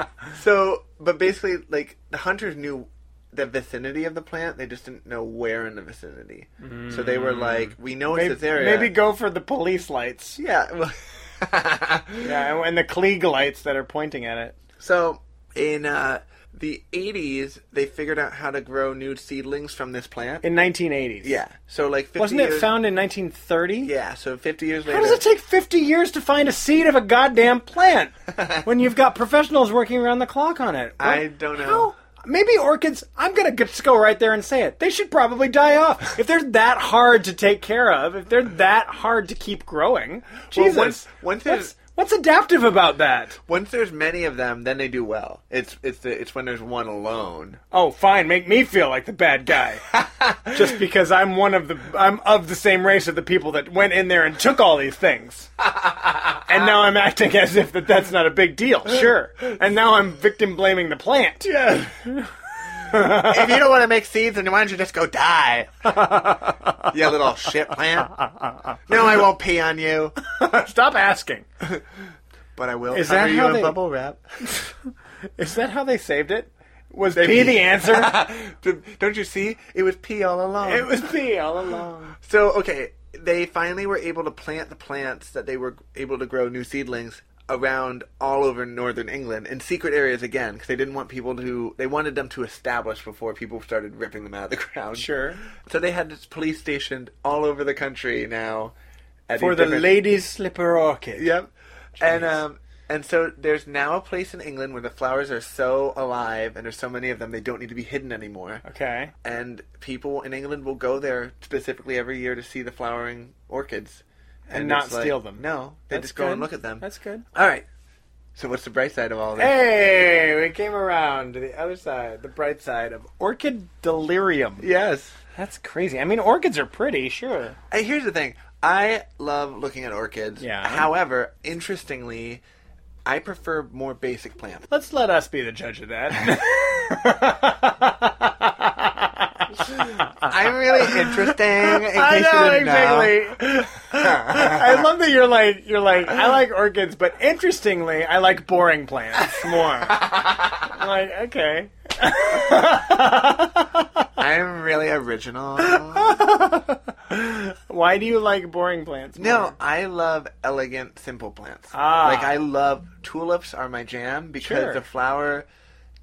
so, but basically, like the hunters knew the vicinity of the plant. They just didn't know where in the vicinity. So they were like, "We know
Mm. Maybe,
it's this area."
maybe go for the police lights.
Yeah. Well,
Yeah, and- and the Klieg lights that are pointing at it.
So in uh, the 80s, they figured out how to grow new seedlings from this plant.
In 1980s.
yeah. So like 50
Wasn't it
years-
found in 1930?
Yeah. So 50 years later.
How does it take 50 years to find a seed of a goddamn plant when you've got professionals working around the clock on it?
I don't know.
How? Maybe orchids, I'm going to just go right there and say it. They should probably die off. If they're that hard to take care of, if they're that hard to keep growing, Jesus.
once- once there's-
what's, what's adaptive about that?
Once there's many of them, then they do well. It's it's the, it's when there's one alone.
Oh, fine, make me feel like the bad guy. just because I'm one of the I'm of the same race of the people that went in there and took all these things. and now I'm acting as if that that's not a big deal. Sure. And now I'm victim blaming the plant.
Yeah. if you don't want to make seeds, then why don't you just go die? you little shit plant. No, I won't pee on you,
Stop asking.
but I will
Is
cover
that
you
how
in
they-
bubble wrap.
Is that how they saved it? Was P the answer?
don't you see? It was pee all along.
it was P all along.
So okay, they finally were able to plant the plants that they were able to grow new seedlings around all over northern England in secret areas again because they didn't want people to. They wanted them to establish before people started ripping them out of the ground.
Sure.
So they had this police stationed all over the country now. at
For
these
the
different-
ladies' slipper orchid.
Yep. And um and so there's now a place in England where the flowers are so alive and there's so many of them they don't need to be hidden anymore
Okay.
and people in England will go there specifically every year to see the flowering orchids
And not
it's like-
steal them.
No, they
That's
just go
good.
and look at them.
That's good.
all right. So what's the bright side of all this?
Hey, we came around to the other side, the bright side of orchid delirium.
Yes.
That's crazy. I mean, orchids are pretty, sure.
Hey, here's the thing. I love looking at orchids.
Yeah.
However, interestingly, I prefer more basic plants.
Let's let us be the judge of that.
I'm really interesting. In case
I
you
know
didn't
exactly. I love that you're like you're like I like orchids, but interestingly, I like boring plants more. I'm like okay,
I'm really original.
why do you like boring plants?
No,
more?
I love elegant, simple plants.
Ah.
Like I love tulips are my jam because
Sure.
the flower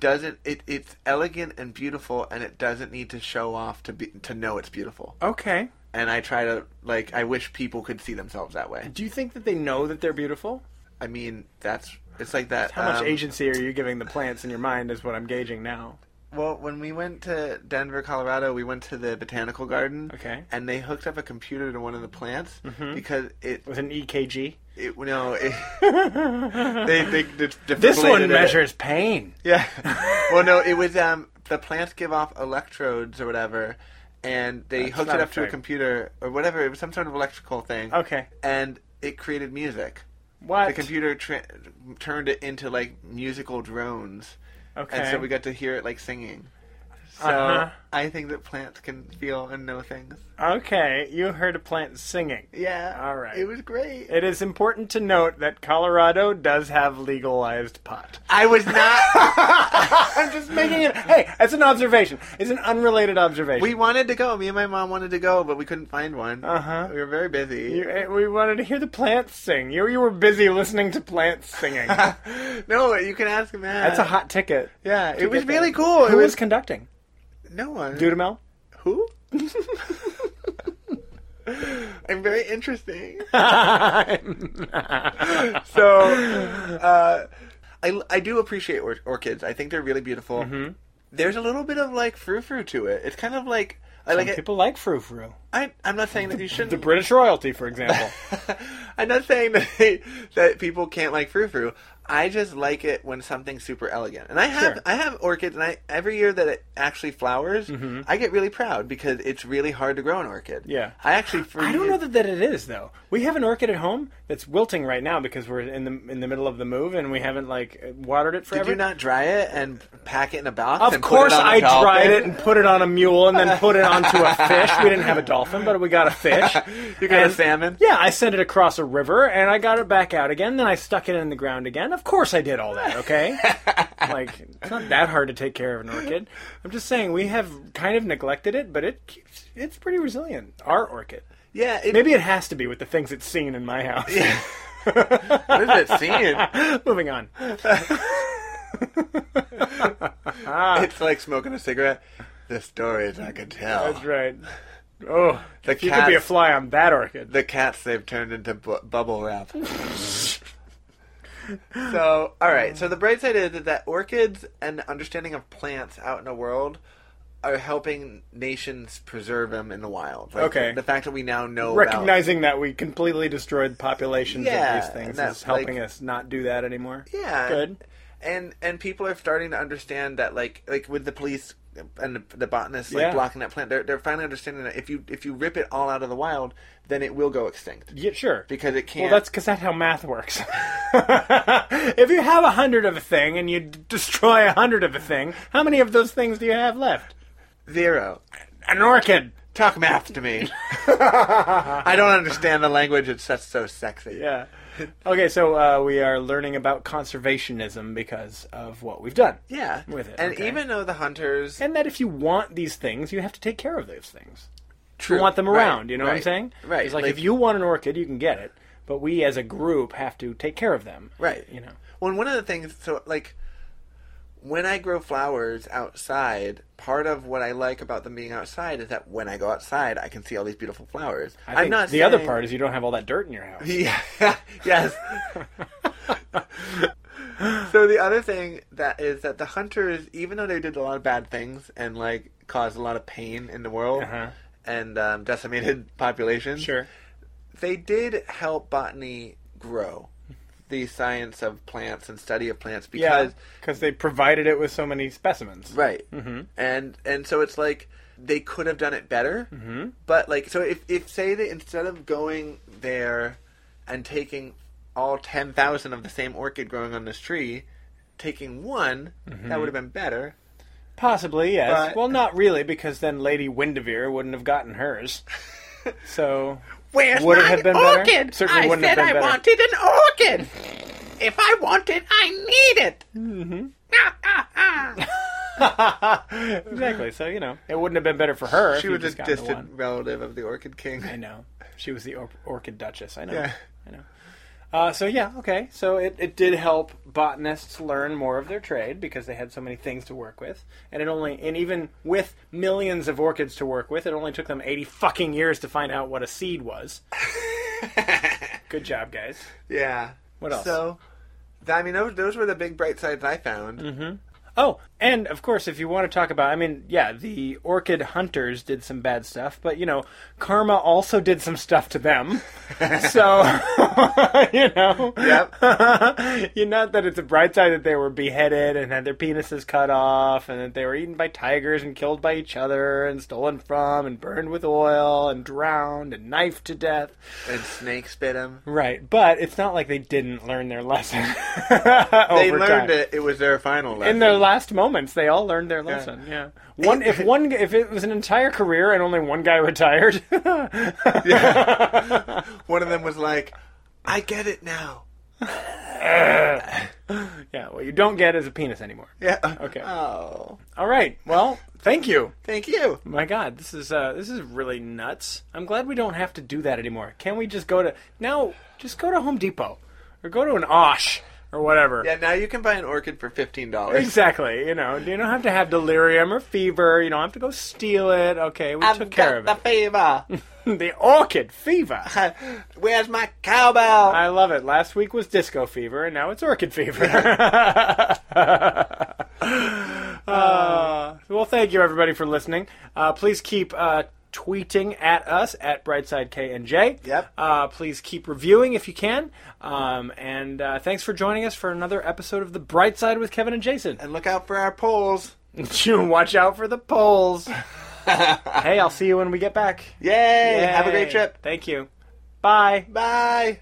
doesn't it, it's elegant and beautiful and it doesn't need to show off to be to know it's beautiful.
Okay.
And I try to like I wish people could see themselves that way.
Do you think that they know that they're beautiful?
I mean, that's it's like that.
How much
um,
agency are you giving the plants in your mind is what I'm gauging now.
Well, when we went to Denver, Colorado, we went to the botanical garden.
Okay. Mm-hmm.
And they hooked up a computer to one of the plants because it
With an E EKG.
it no it, they they did-
This one
deflated it.
measures pain.
Yeah. well, no, it was um the plants give off electrodes or whatever, and they
That's
hooked
not
it
a
up to a
thing.
computer or whatever. It was some sort of electrical thing.
Okay.
And it created music.
What?
The computer tra- turned it into like musical drones,
okay.
and so we got to hear it like singing. So
Uh-huh.
I think that plants can feel and know things.
Okay, you heard a plant singing.
Yeah.
All right.
It was great.
It is important to note that Colorado does have legalized pot.
I was not.
I'm just making it. Hey, it's an observation. It's an unrelated observation.
we wanted to go. Me and my mom wanted to go, but we couldn't find one. Uh
Uh-huh.
We were very busy.
You- eh, we wanted to hear the plants sing. You you were busy listening to plants singing.
no, you can ask Matt.
That's a hot ticket.
Yeah, it was
get that.
really cool. It
Who was
was
conducting?
no one.
Dudamel.
who? I'm very interesting. so, uh, I I do appreciate or- orchids. I think they're really beautiful.
Mm-hmm.
There's a little bit of like frou frou to it. It's kind of like I like
Some
it-
people like frou frou.
I I'm not saying that you shouldn't.
The British royalty, for example.
I'm not saying that they, that people can't like frou frou. I just like it when something's super elegant. And I have
Sure.
I have orchids, and I every year that it actually flowers, I get really proud because it's really hard to grow an orchid.
Mm-hmm. Yeah.
I actually for
I don't
years-
know that, that it is though. We have an orchid at home that's wilting right now because we're in the in the middle of the move and we haven't like watered it
Did
forever.
you not dry it and pack it in a box?
Of
and put it
course,
on a
I
dolphin?
dried it and put it on a mule and then put it onto a fish. We didn't have a dolphin, but we got a fish.
You got
And-
a salmon.
Yeah, I sent it across a river and I got it back out again. Then I stuck it in the ground again. Of course, I did all that. Okay, like it's not that hard to take care of an orchid. I'm just saying we have kind of neglected it, but it keeps it's pretty resilient. Our orchid.
Yeah, it,
Maybe it has to be with the things it's seen in my house.
What is that scene?
Moving on.
it's like smoking a cigarette. The stories I could tell.
That's right. Oh,
The
if you could be a
cats-
fly on that orchid.
the cats they've turned into bu- bubble wrap. so, all right. So the bright side is that orchids and the understanding of plants out in the world are helping nations preserve them in the wild. Like,
Okay.
The fact that we now know
Recognizing that we completely destroyed populations
Yeah,
of these things
and
is
that's
helping
like-
us not do that anymore.
about yeah,
Good.
and and people are starting to understand that like like with the police and the, the botanists like
Yeah.
blocking that plant, they're they're finally understanding that if you if you rip it all out of the wild, then it will go extinct
Yeah, sure.
because it can't.
Well, that's because that's how math works. if you have a hundred of a thing and you d- destroy a hundred of a thing, how many of those things do you have left?
zero.
An orchid.
Talk math to me. I don't understand the language. It's just so sexy.
Yeah. Okay, so uh, we are learning about conservationism because of what we've done.
Yeah.
With it,
And
okay.
even though the hunters
And that if you want these things, you have to take care of those things.
True.
You want them
Right,
around, you know what I'm
right,
saying?
Right.
It's like, if you want an orchid, you can get it, but we as a group have to take care of them.
Right.
You know.
Well, and one of the things, so like, when I grow flowers outside, part of what I like about them being outside is that when I go outside, I can see all these beautiful flowers.
I think
am not
the other
saying-
part is you don't have all that dirt in your house.
Yeah. yes. so the other thing that is that the hunters, even though they did a lot of bad things and like caused a lot of pain in the world
Uh-huh.
and um, decimated populations,
Sure.
they did help botany grow the science of plants and study of plants because
because they provided it with so many specimens.
right
Mm-hmm.
and and so it's like they could have done it better
Mm-hmm.
but like so if if say that instead of going there and taking all 10,000 of the same orchid growing on this tree taking one
Mm-hmm.
that would have been better
Possibly, yes.
But-
well, not really, because then Lady Windermere wouldn't have gotten hers. So
Where's
Would it have been better? Certainly wouldn't have been better.
an orchid. if I want it, I need it.
exactly. So you know, it wouldn't have been better for her. if
She
you'd
was
just
a
gotten the
distant
one.
relative of the Orchid King.
I know. She was the or- orchid duchess. I know.
Yeah.
I know. Uh, so yeah, okay. So it, it did help botanists learn more of their trade because they had so many things to work with, and it only and even with millions of orchids to work with, it only took them eighty fucking years to find out what a seed was. Good job, guys.
Yeah.
What else?
So, th- I mean, those, those were the big bright sides I found.
Oh, and of course, if you want to talk about, I mean, yeah, the orchid hunters did some bad stuff, but you know, karma also did some stuff to them. so, you know, yep. you know that it's a bright side that they were beheaded and had their penises cut off, and that they were eaten by tigers and killed by each other, and stolen from, and burned with oil, and drowned, and knifed to death.
And snakes bit them.
Right, but it's not like they didn't learn their lesson.
They
over time
learned it. It was their final lesson.
in their last moments, they all learned their lesson. Yeah. One if one if it was an entire career and only one guy retired.
One of them was like, I get it now.
yeah. What you don't get is a penis anymore.
Yeah.
Okay.
Oh.
All right. Well, thank you.
Thank you.
My God, this is uh, this is really nuts. I'm glad we don't have to do that anymore. Can we just go to now? Just go to Home Depot or go to an Osh or whatever.
Yeah, now you can buy an orchid for $15.
Exactly. You know, you don't have to have delirium or fever. You don't have to go steal it. Okay, we took care of it.
fever.
the orchid fever.
Where's my cowbell?
I love it. Last week was disco fever, and now it's orchid fever. Uh, well, thank you everybody for listening. Uh, please keep uh, tweeting at us at Brightside K and J.
Yep.
Uh, please keep reviewing if you can. Um, and uh, thanks for joining us for another episode of the Bright Side with Kevin and Jason.
and look out for our polls.
You watch out for the polls. hey, I'll see you when we get back.
Yay! Have a great
Yay.
trip.
Thank you. Bye.
Bye.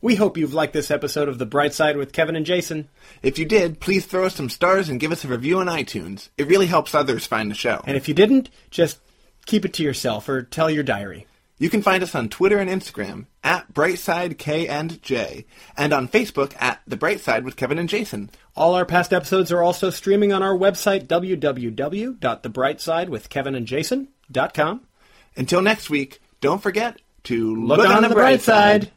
We hope you've liked this episode of The Bright Side with Kevin and Jason.
If you did, please throw us some stars and give us a review on iTunes. It really helps others find the show.
And if you didn't, just keep it to yourself or tell your diary.
You can find us on Twitter and Instagram at Brightside K and J, and on Facebook at The Bright Side with Kevin and Jason.
All our past episodes are also streaming on our website, www.thebrightsidewithkevinandjason.com.
Until next week, don't forget to
Look on the bright side.